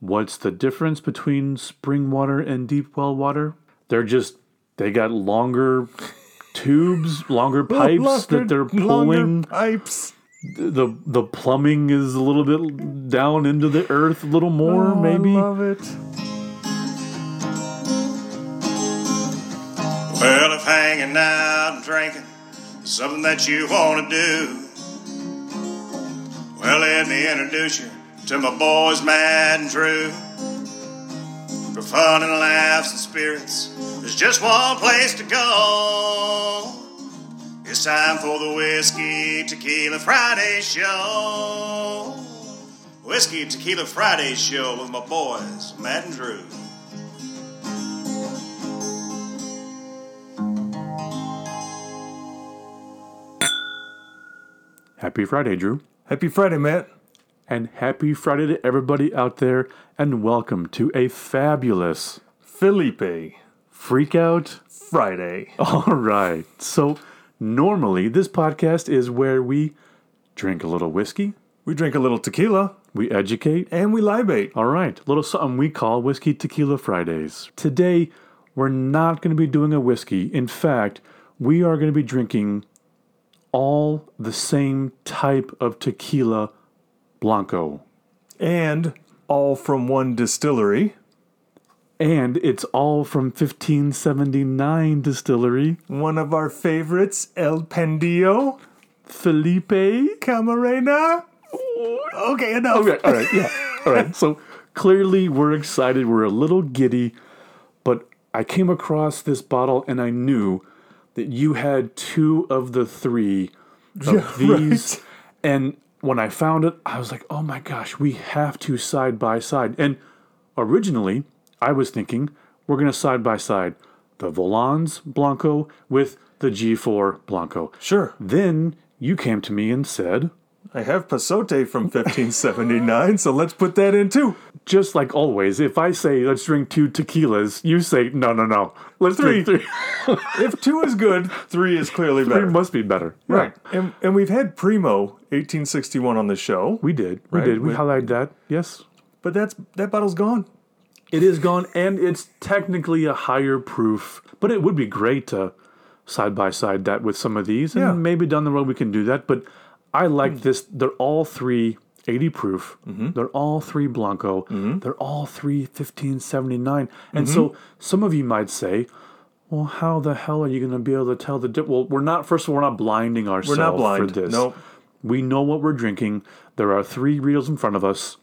What's the difference between spring water and deep well water? They're just they got longer tubes, longer pipes that they're Longer pulling. pipes. The the plumbing is a little bit down into the earth a little more, maybe. Oh, I love it. Well, if hanging out and drinking is something that you want to do, well, let me introduce you to my boys, Matt and Drew. For fun and laughs and spirits, there's just one place to go. It's time for the Whiskey Tequila Friday Show. Whiskey Tequila Friday Show with my boys, Matt and Drew. Happy Friday, Drew. Happy Friday, Matt. And happy Friday to everybody out there and welcome to a fabulous Felipe freak out Friday. All right. So, normally this podcast is where we drink a little whiskey, We drink a little tequila we educate. and we libate. All right. A little something we call Whiskey Tequila Fridays. Today, we're not going to be doing a whiskey. In fact, we are going to be drinking all the same type of tequila blanco. And all from one distillery. And it's all from 1579 distillery. One of our favorites, El Pendio Felipe Camarena. Okay, enough. Okay, all right, yeah. All right. So clearly we're excited. We're a little giddy, but I came across this bottle and I knew that you had two of the three of these. And when I found it, I was like, oh my gosh, we have to side by side. And originally, I was thinking we're going to side by side the Volans Blanco with the G4 Blanco. Sure. Then you came to me and said, I have Pasote from 1579, so let's put that in too. just like always, if I say let's drink two tequilas, you say no, no, no, let's drink three. If two is good, three is clearly Three better. must be better, right? And, and we've had Primo 1861 on the show, We did, Right, we did, we, we- highlighted that. Yes, but that's that bottle's gone. it is gone, and it's technically a higher proof, but it would be great to side by side that with some of these, and Yeah. maybe down the road we can do that. But I like this; they're all three. 80 proof. They're all three Blanco. They're all three 1579. And so some of you might say, Well, how the hell are you going to be able to tell the difference? Well, we're not. First of all, we're not blinding We're ourselves not blind. for this. Nope. We know what we're drinking. There are three reels in front of us,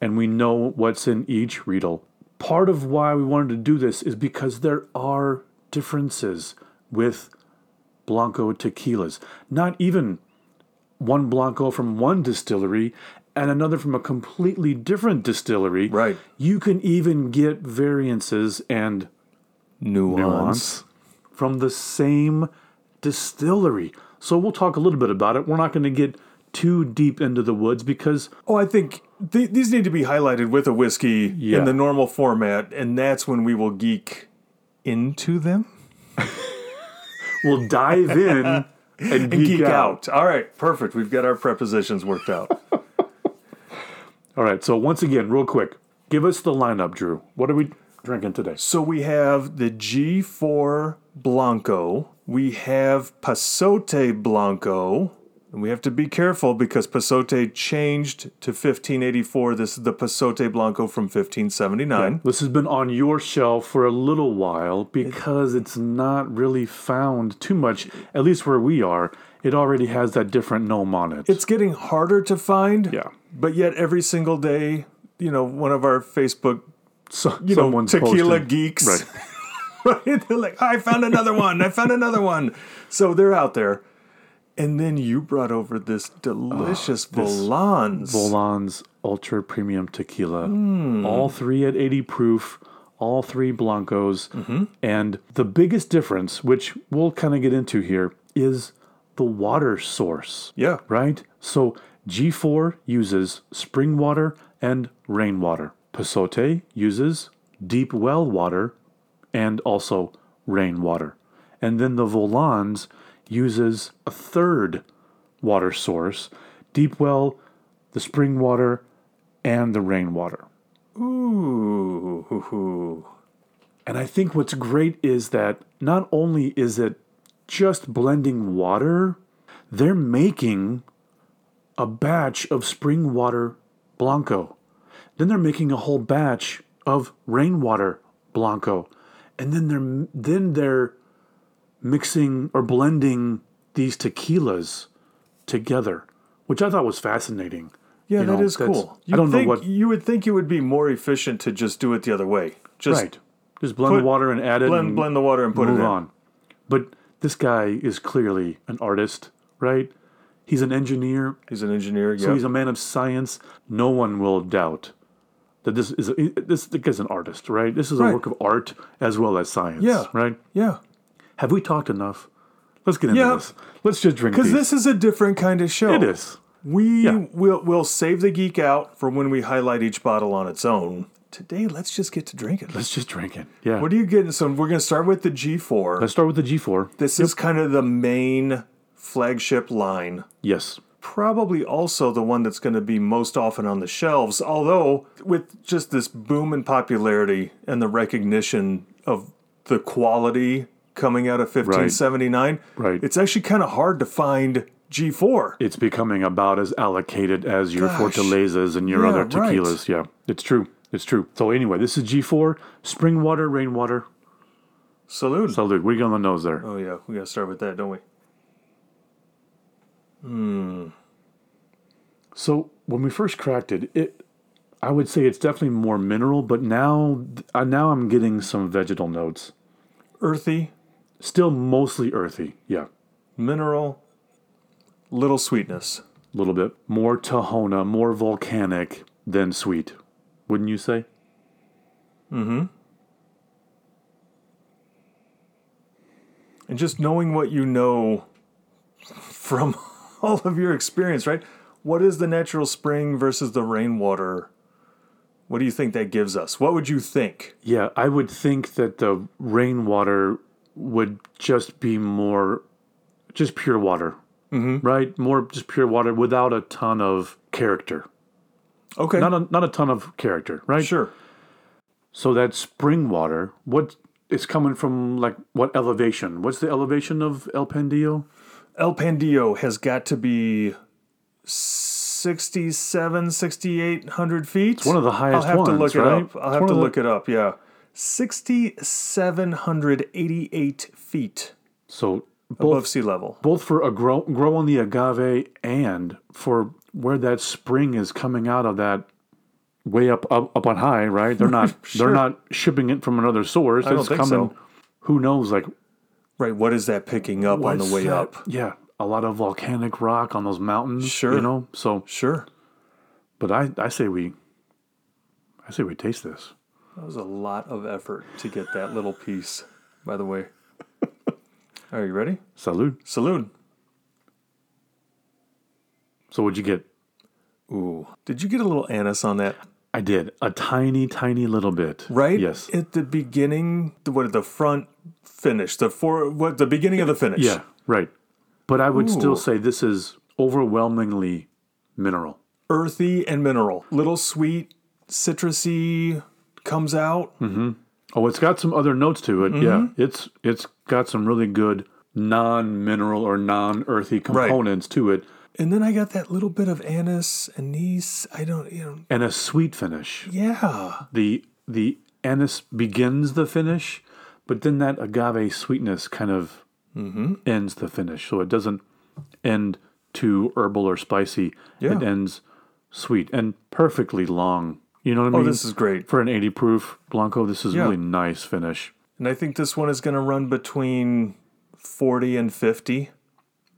and we know what's in each reel. Part of why we wanted to do this is because there are differences with Blanco tequilas. Not even one Blanco from one distillery and another from a completely different distillery. Right. You can even get variances and Nuance. Nuance. from the same distillery. So we'll talk a little bit about it. We're not going to get too deep into the woods because Oh, I think th- these need to be highlighted with a whiskey Yeah. in the normal format, and that's when we will geek into them we'll dive in and, and geek, out. All right, perfect. We've got our prepositions worked out. All right. So once again, real quick, give us the lineup, Drew. What are we drinking today? so we have the G4 Blanco, we have Pasote Blanco. And we have to be careful because Pasote changed to 1584. This is the Pasote Blanco from 1579. This has been on your shelf for a little while because it's not really found too much, at least where we are. It already has that different gnome on it. It's getting harder to find. yeah. But yet, every single day, you know, one of our Facebook So, you know, someone's tequila posting- geeks, Right. right? They're like, I found another one. I found another one. So they're out there. And then you brought over this delicious Oh, Volans. Bolon's Ultra Premium Tequila. All three at 80 proof, all three Blancos. And the biggest difference, which we'll kind of get into here, is the water source, yeah. right? So G4 uses spring water and rainwater. Pasote uses deep well water and also rainwater. And then the Volans uses a third water source, deep well, the spring water, and the rainwater. Ooh, hoo, hoo. And I think what's great is that not only is it just blending water, they're making a batch of spring water Blanco. Then they're making a whole batch of rainwater Blanco. And then they're then they're mixing or blending these tequilas together, which I thought was fascinating. yeah, You that know, is that's- cool. I don't know think, what- you would think it would be more efficient to just do it the other way. Just right. Just blend put- the water and add it blend and blend the water and put move it in. on. But this guy is clearly an artist, right? He's an engineer, He's an engineer. Yeah. so he's a man of science. No one will doubt that this is a, this, this guy's an artist, right? This is a Right. work of art as well as science, Yeah. right? yeah. Have we talked enough? Let's get into Yeah. this. Let's just drink Because these. this is a different kind of show. it is. We Yeah. will will save the geek out for when we highlight each bottle on its own. Today, let's just get to drinking. Let's just drink it. Yeah. What are you getting? So we're going to start with the G4. Let's start with the G4. this is kind of the main flagship line. Yes. Probably also the one that's going to be most often on the shelves. Although with just this boom in popularity and the recognition of the quality coming out of 1579, Right. It's actually kind of hard to find G4. It's becoming about as allocated as your Gosh. fortalezas and your Yeah, other right. tequilas. Yeah. It's true. It's true. So anyway, this is G4, spring water, rainwater. Salute. Salute. What are you going to nose there? Oh yeah, we gotta start with that, don't we? So when we first cracked it, it I would say it's definitely more mineral, but now uh, now I'm getting some vegetal notes. Earthy, Still mostly earthy. Yeah. mineral, little sweetness. A little bit more Tahona, more volcanic than sweet. Wouldn't you say? And just knowing what you know from all of your experience, right? What is the natural spring versus the rainwater? What do you think that gives us? What would you think? Yeah, I would think that the rainwater would just be more, just pure water, mm-hmm. right? More just pure water without a ton of character. Okay. Not a not a ton of character, right? sure. So that spring water, what it's coming from? Like what elevation? What's the elevation of El Pendio? El Pandillo has got to be 67, 6,800 feet. One of the I'll highest have ones, to look right? it up. I'll It's one have to of the- look it up. Yeah, sixty-seven hundred eighty-eight feet So above both sea level. both for a grow grow on the agave and for where that spring is coming out of that way up up, up on high, right? They're not Sure. they're not shipping it from another source. don't it's think coming so. who knows like Right. What is that picking up on what's the way that? up? Yeah, a lot of volcanic rock on those mountains, Sure. you know. So, Sure. but I I say we I say we taste this. That was a lot of effort to get that little piece. By the way. Are you ready? Salud. Saloon. So what'd you get? Ooh. Did you get a little anise on that? I did a tiny tiny little bit. Right. Yes. At the beginning, the, what the front finish, the for what the beginning of the finish. yeah, right. But I would Ooh. still say this is overwhelmingly mineral. Earthy and mineral. Little sweet, citrusy comes out. Oh, it's got some other notes to it. Yeah, Mm-hmm. it's it's got some really good non-mineral or non-earthy components to it, And then I got that little bit of anise, anise. I don't, you know. and a sweet finish. Yeah. The the anise begins the finish, but then that agave sweetness kind of Mm-hmm. ends the finish. So it doesn't end too herbal or spicy. Yeah. It ends sweet and perfectly long. You know what I Oh, mean? this is great. for an 80 proof Blanco. This is Yeah. really nice finish. And I think this one is going to run between 40 and If 50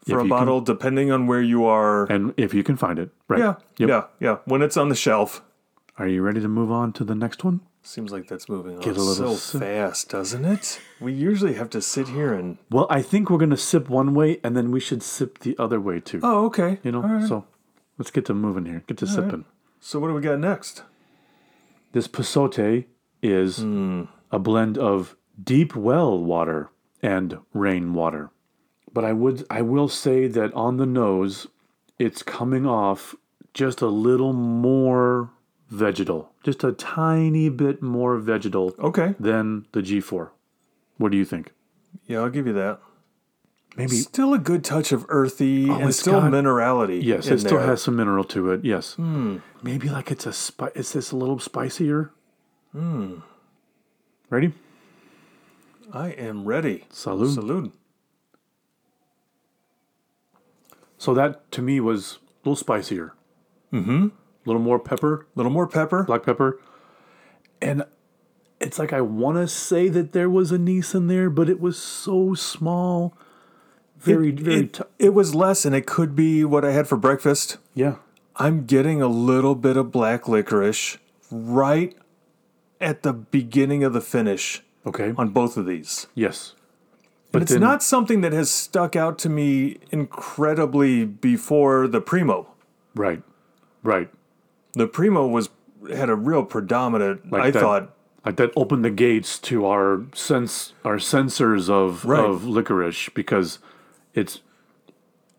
for a you can- bottle, depending on where you are. and if you can find it, right? Yeah. Yep. Yeah. Yeah. When it's on the shelf. Are you ready to move on to the next one? Seems like that's moving on Get a little so sip. fast, doesn't it? We usually have to sit here and. Well, I think we're going to sip one way and then we should sip the other way too. Oh, okay. you know? All right. So let's get to moving here. Get to sipping. So what do we got next? This Pasote is a blend of deep well water and rain water. But I would I will say that on the nose, it's coming off just a little more vegetal, just a tiny bit more vegetal Okay. than the G4. What do you think? Yeah, I'll give you that. Maybe Oh, Still a good touch of earthy and it's still got- minerality. yes, in it still there. Hmm. has some mineral to it. Yes, maybe like it's a spi- Is this a little spicier? Hmm. Ready? I am ready. Salud. Salud. So that to me was a little spicier. Mm-hmm. A little more pepper, Little more pepper. black pepper, and it's like I want to say that there was anise in there, but it was so small. Very, it, very. it- ti- it was less, and it could be what I had for breakfast. yeah. I'm getting a little bit of black licorice right at the beginning of the finish Okay. on both of these. yes. But it's then- not something that has stuck out to me incredibly before the primo. Right. Right. The primo was had a real predominant. Like I that- thought Like that opened the gates to our sense, our sensors of Right. of licorice because it's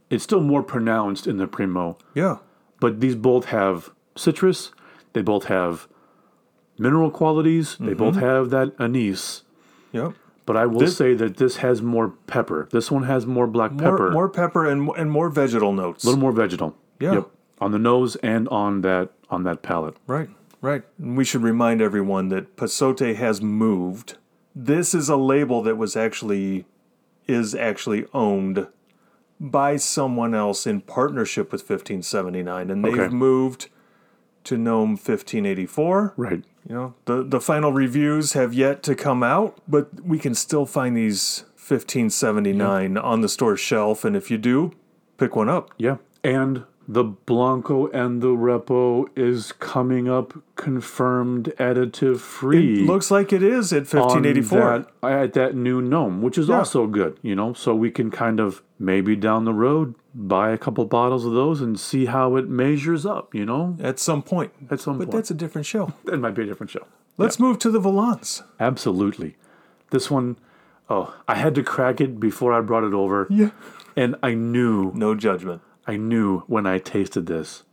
it's still more pronounced in the primo. Yeah. but these both have citrus. They both have mineral qualities. They both Mm-hmm. have that anise. Yep. But I will say that this has more pepper. This one has more black More pepper, pepper, more pepper and and more vegetal notes. a little more vegetal. Yeah. on the nose and on that on that palate. Right. Right. And we should remind everyone that Pasote has moved. This is a label that was actually is actually owned by someone else in partnership with 1579 and they've Okay. moved to Gnome 1584. Right. You know, the the final reviews have yet to come out, but we can still find these 1579 on the store shelf and if you do, pick one up. Yeah. And the Blanco and the Repo is coming up confirmed additive free. Looks like it is at on 1584. that- at that new gnome, which is also good, you know. So we can kind of maybe down the road buy a couple bottles of those and see how it measures up, you know. at some point. At some But point, that's a different show. that might be a different show. Let's move to the Volants. Absolutely, this one, oh, I had to crack it before I brought it over, Yeah. and I knew, No judgment. I knew when I tasted this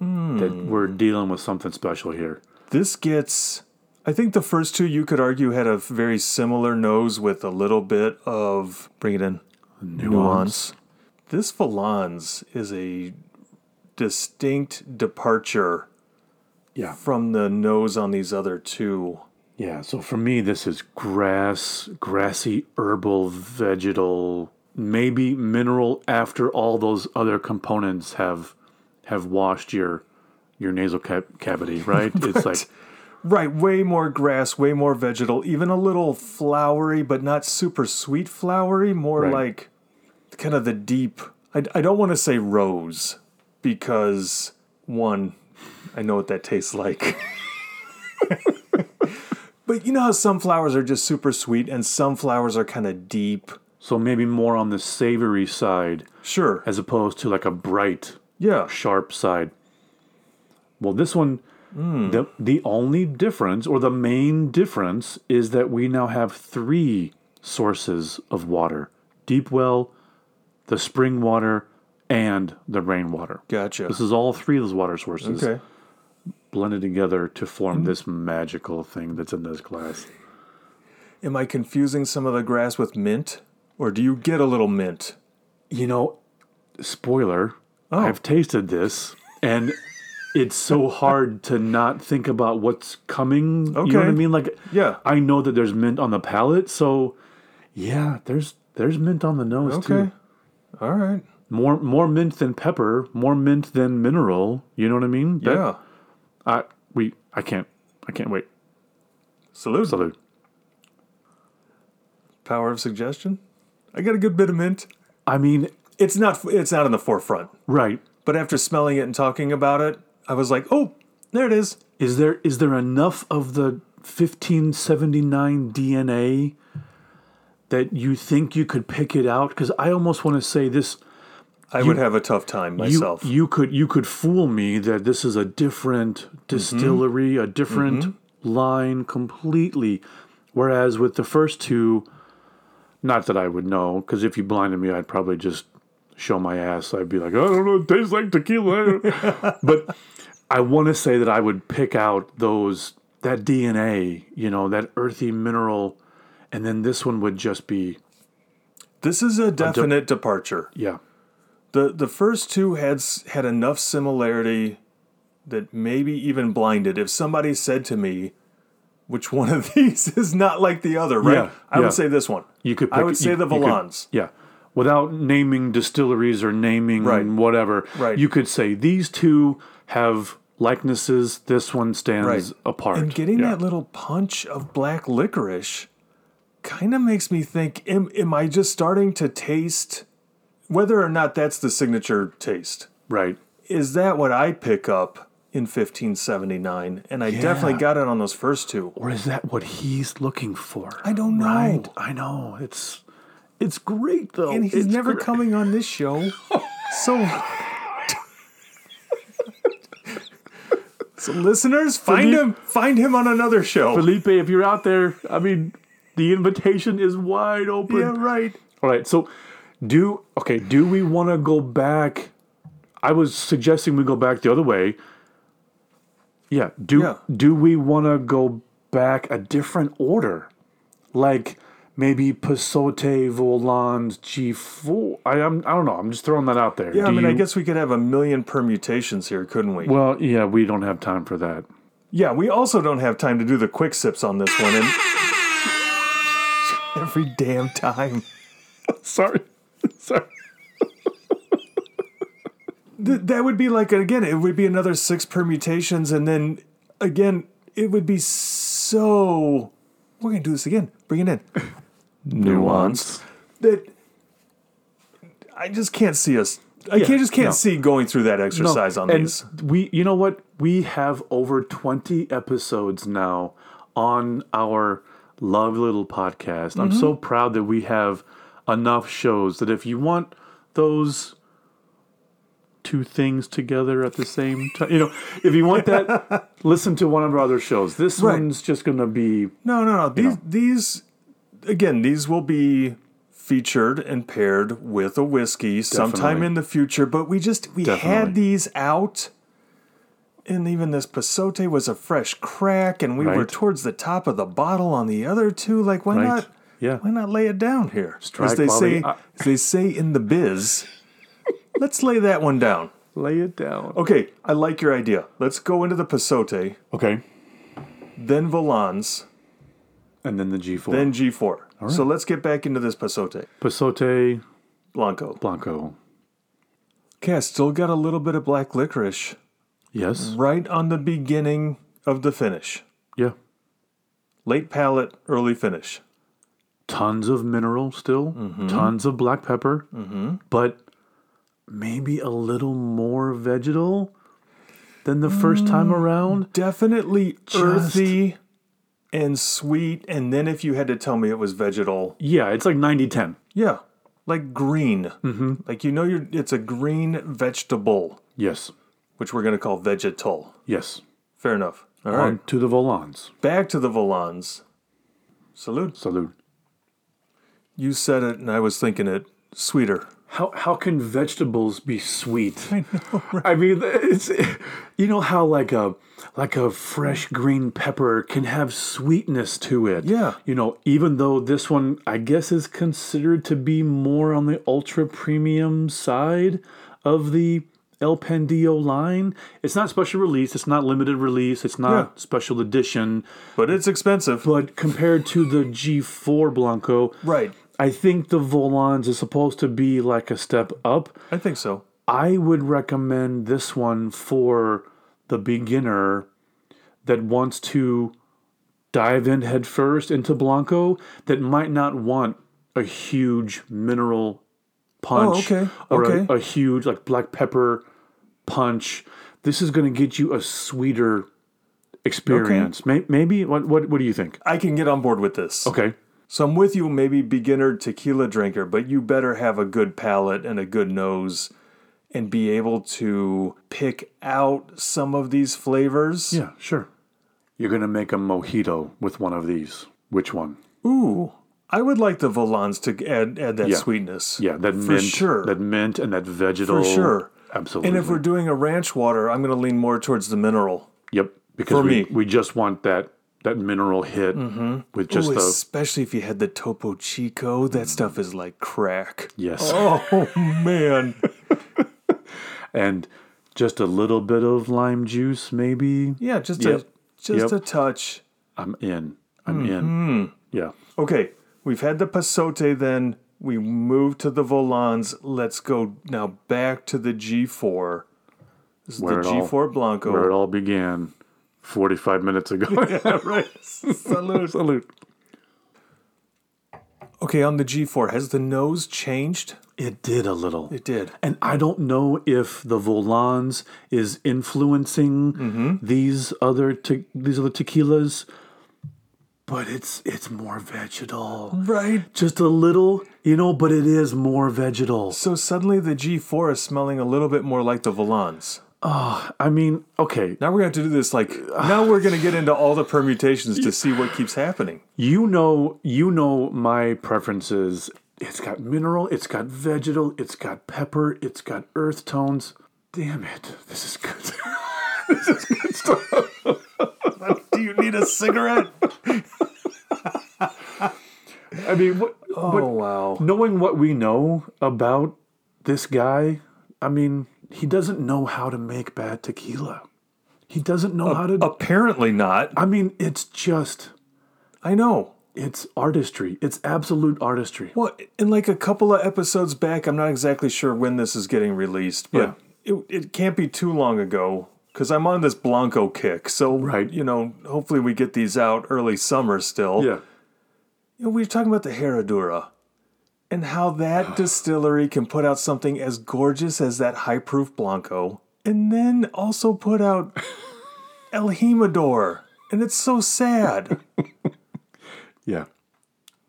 that we're dealing with something special here. This gets, I think the first two you could argue had a very similar nose with a little bit of, bring it in, nuance. This Volans is a distinct departure Yeah. from the nose on these other two. Yeah, so for me, this is grass, grassy, herbal, vegetal, maybe mineral. After all those other components have have washed your your nasal cap- cavity, right? It's like Right, way more grass, way more vegetal, even a little flowery, but not super sweet flowery, more Right. like kind of the deep. I, I don't want to say rose because, one, I know what that tastes like. but you know how some flowers are just super sweet and some flowers are kind of deep? so maybe more on the savory side Sure. as opposed to like a bright, Yeah. sharp side. Well, this one, the the only difference or the main difference is that we now have three sources of water: deep well, the spring water, and the rainwater. Gotcha. This is all three of those water sources Okay. blended together to form this magical thing that's in this glass. Am I confusing some of the grass with mint? Or do you get a little mint? You know, spoiler, Oh. I've tasted this and it's so hard to not think about what's coming. You know what I Okay. mean? Like Yeah. I know that there's mint on the palate, so yeah, there's there's mint on the nose Okay. too. All right. More more mint than pepper, more mint than mineral. You know what I mean? That- Yeah. I we I can't I can't wait. Salute. Salute. Power of suggestion. I got a good bit of mint. I mean, It's not. It's not in the forefront. right. But after smelling it and talking about it, I was like, oh, there it is. Is there is there enough of the 1579 DNA that you think you could pick it out? Because I almost want to say this. I would have a tough time You, myself. you could you could fool me that this is a different distillery, a different line completely. Whereas with the first two, not that I would know, because if you blinded me, I'd probably just show my ass. I'd be like, I don't know, it tastes like tequila. but I want to say that I would pick out those that DNA, you know, that earthy mineral, and then this one would just be This is a definite departure. yeah, The the first two had s- had enough similarity that maybe even blinded. If somebody said to me, "Which one of these is not like the other?" Right? Yeah, I yeah. would say this one. you could. Pick, I would say you- the you could- Valans. yeah, without naming distilleries or naming Right. whatever. Right. You could say these two have likenesses. This one stands Right. apart. And getting Yeah. that little punch of black licorice kind of makes me think am, am I just starting to taste whether or not that's the signature taste? right. Is that what I pick up in 1579? And I definitely got it on those first two. Or is that what he's looking for? I don't know. Right. I know. It's it's great though. And he's It's never gr- coming on this show. so So listeners, find Philippe- him find him on another show. Felipe, if you're out there, I mean, the invitation is wide open. yeah, right. All right. So, do okay. Do we want to go back? I was suggesting we go back the other way. Yeah. Do Yeah. do we want to go back a different order, like maybe Pasote, Voland, G four? I am. I don't know. I'm just throwing that out there. Yeah, I Do mean, I you- guess we could have a million permutations here, couldn't we? Well, yeah, we don't have time for that. Yeah, we also don't have time to do the quick sips on this one. And every damn time. Sorry. Sorry. Th- that would be like, again, it would be another six permutations. And then again, it would be so. We're going to do this again. Bring it in. Nuance. That I just can't see us. I can't, just can't no. see going through that No, exercise on and these. We, you know what? We have over 20 episodes now on our Love Little podcast. I'm so Mm-hmm. proud that we have enough shows that if you want those two things together at the same time, you know, if you want that, listen to one of our other shows. This Right. one's just going to be No, no, no. These, these, again, these will be featured and paired with a whiskey sometime Definitely. in the future. But we just we Definitely. had these out, and even this pasote was a fresh crack, and we were Right. towards the top of the bottle on the other two. Like, why right. not? yeah. Why not lay it down here? Strike as they while say, the i- as they say in the biz. let's lay that one down. Lay it down. Okay, I like your idea. Let's go into the pasote, Okay. then Volans, And then the G4. then G4. So let's get back into this pasote. Pasote Blanco. Blanco. Okay, I still got a little bit of black licorice Yes. right on the beginning of the finish. Yeah. Late palate, early finish. tons of mineral still, Mm-hmm. tons of black pepper, but maybe a little more vegetal than the first Mm. time around. Definitely earthy and sweet. And then if you had to tell me it was vegetal, Yeah, it's like 90 10. yeah, like green. Mm-hmm. Like you know, you're, it's a green vegetable, Yes, which we're going to call vegetal. yes. Fair enough. All On right, to the Volans. back to the Volans. Salute. Salute. You said it, and I was thinking it sweeter. How, how can vegetables be sweet? I, mean, it's you know how like a like a fresh green pepper can have sweetness to it. Yeah. You know, even though this one I guess is considered to be more on the ultra premium side of the El Pandillo line, it's not special release, it's not limited release, it's not Yeah. special edition, But it's expensive. but compared to the G4 Blanco, Right. I think the Volans is supposed to be like a step up. I think so. I would recommend this one for the beginner that wants to dive in headfirst into Blanco that might not want a huge mineral punch Oh, okay, or a- okay. A, huge like black pepper punch. This is going to get you a sweeter experience. May, maybe what, what what do you think? I can get on board with this. Okay. So I'm with you, maybe beginner tequila drinker, but you better have a good palate and a good nose and be able to pick out some of these flavors. Yeah, sure. You're going to make a mojito with one of these. Which one? Ooh. I would like the Volans to add add that sweetness. Yeah, that for mint, sure. that mint and that vegetal. for sure. Absolutely. And if we're doing a ranch water, I'm going to lean more towards the mineral. yep, because For we, me. Mm-hmm. we just want that that mineral hit with just Ooh, the especially if you had the Topo Chico, that stuff is like crack. yes Oh man, and just a little bit of lime juice maybe. yeah, just Yep. a just Yep. a touch. I'm in. I'm Mm-hmm. in. Yeah. Okay, we've had the Pasote, then we move to the Volans. Let's go now back to the G4. This is Where the it all- G4 Blanco. Where it all began 45 minutes ago. right. Salute. Salute. Okay, on the G4, has the nose changed? It did a little. It did. And I don't know if the Volans is influencing these other te- these other tequilas, but it's it's more vegetal, Right. just a little, you know. But it is more vegetal. So suddenly the G4 is smelling a little bit more like the Volans. I mean, okay, Now we're going to have to do this like now we're going to get into all the permutations to see what keeps happening. you know, you know my preferences. It's got mineral, it's got vegetal, it's got pepper, it's got earth tones. Damn it, this is good. Do you need a cigarette? I mean, what? Oh wow. knowing what we know about this guy, I mean, he doesn't know how to make bad tequila. He doesn't know how to. Apparently not. I mean, it's just, I know. it's artistry. It's absolute artistry. Well, in like a couple of episodes back, I'm not exactly sure when this is getting released, but it, it can't be too long ago because I'm on this Blanco kick. So, Right. you know, hopefully we get these out early summer still. Yeah. You know, we were talking about the Herradura and how that distillery can put out something as gorgeous as that high proof Blanco and then also put out El Jimador. And it's so sad. Yeah.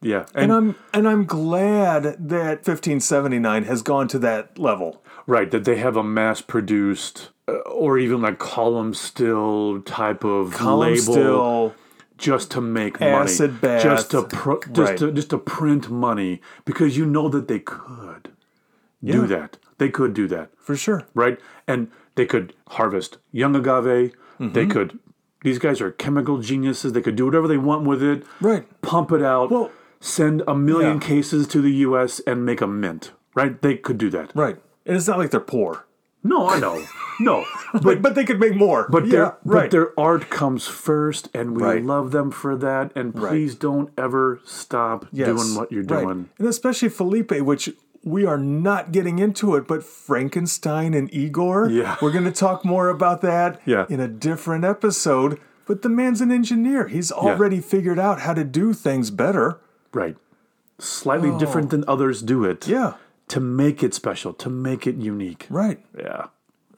Yeah. And and- I'm and I'm glad that 1579 has gone to that level. Right, that they have a mass produced uh, or even like column still type of Column label still just to make Acid money. bath. Just to pro- just Right. to just to print money because you know that they could do that. They could do that, for sure. right? And they could harvest young agave. They Mm-hmm. could these guys are chemical geniuses. They could do whatever they want with it. Right. Pump it out. Well- send a million Yeah. cases to the US and make a mint, right? They could do that. Right. And it's not like they're poor. No, I know. No. But But but they could make more. But yeah, their right. but their art comes first, and we Right. love them for that. And please don't ever stop Yes. doing what you're Right. doing. And especially Felipe, which we are not getting into it, but Frankenstein and Igor. Yeah. We're gonna talk more about that Yeah. in a different episode. But the man's an engineer. He's already figured out how to do things better. Right, slightly different than others do it. Oh. Yeah. to make it special, to make it unique. Right. Yeah,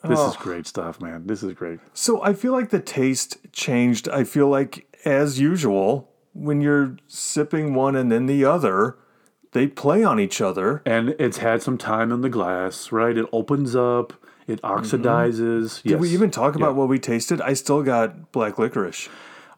this Oh. is great stuff, man. This is great. So I feel like the taste changed. I feel like, as usual, when you're sipping one and then the other, they play on each other. And it's had some time in the glass, right? It opens up, it oxidizes. Yes, Did we even talk about what we tasted? I still got black licorice.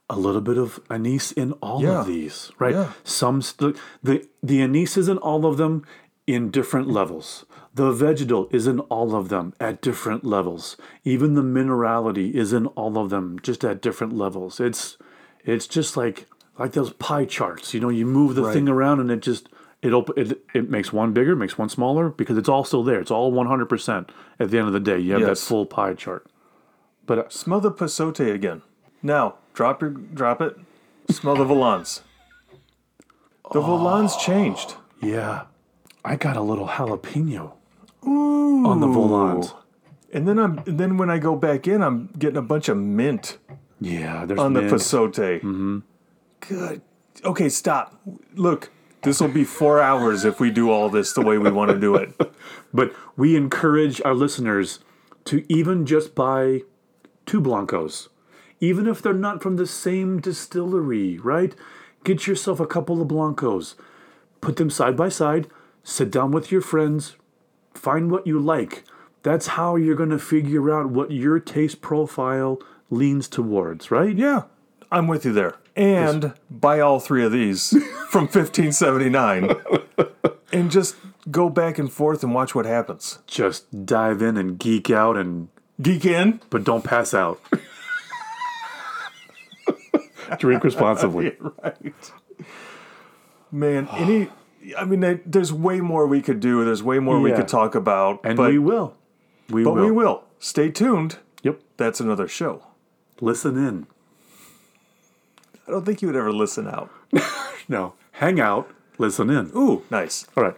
a little bit of anise in all Yeah. of these, right? Yeah. Some st- the the anise is in all of them in different levels. The vegetal is in all of them at different levels. Even the minerality is in all of them, just at different levels. It's it's just like like those pie charts. You know, you move the thing around and it just it op- it it makes one bigger, makes one smaller because it's all still there. It's all one hundred percent at the end of the day. You have Yes. that full pie chart. But uh, Smell the pasote again. Now drop your drop it. Smell the volans. The volans changed. Yeah. I got a little jalapeno on the volant. And then I'm and then when I go back in, I'm getting a bunch of mint. Yeah, Mm-hmm. there's on the mint. pasote. Good. Okay, stop. Look, this will be four hours if we do all this the way we want to do it. But we encourage our listeners to even just buy two blancos, even if they're not from the same distillery, right? Get yourself a couple of blancos, put them side by side, sit down with your friends, find what you like. That's how you're going to figure out what your taste profile leans towards, right? Yeah, I'm with you there. And buy all three of these from 1579 and just go back and forth and watch what happens. Just dive in and geek out and Geek in. but don't pass out. Drink responsibly. right. Man, any. I mean, there- there's way more we could do. There's way more we Yeah. could talk about. And but, we will. We but will. we will. Stay tuned. Yep. That's another show. Listen in. I don't think you would ever listen out. No. Hang out. Listen in. Ooh, nice. All right.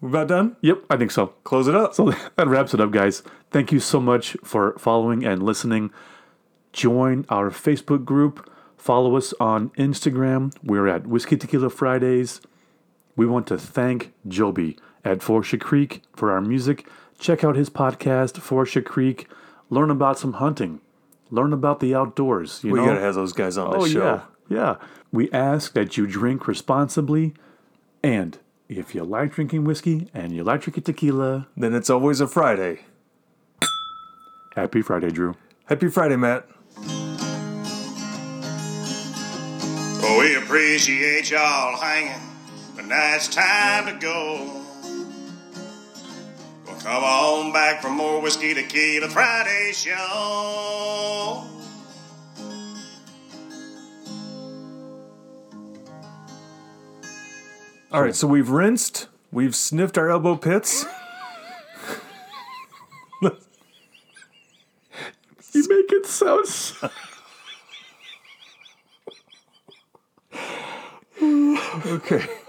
We're about done. Yep, I think so. Close it up. So that wraps it up, guys. Thank you so much for following and listening. Join our Facebook group. Follow us on Instagram. We're at Whiskey Tequila Fridays. We want to thank Joby at Forsha Creek for our music. Check out his podcast, Forsha Creek. Learn about some hunting. Learn about the outdoors. You we know? gotta have those guys on Oh, the show. Yeah. yeah. We ask that you drink responsibly. And if you like drinking whiskey and you like drinking tequila, Then it's always a Friday. happy Friday, Drew. Happy Friday, Matt. Well, Oh, we appreciate y'all hanging, but now it's time to go. Well, come on back for more Whiskey Tequila Friday show. All right, so we've rinsed, we've sniffed our elbow pits. You make it sound so. Okay.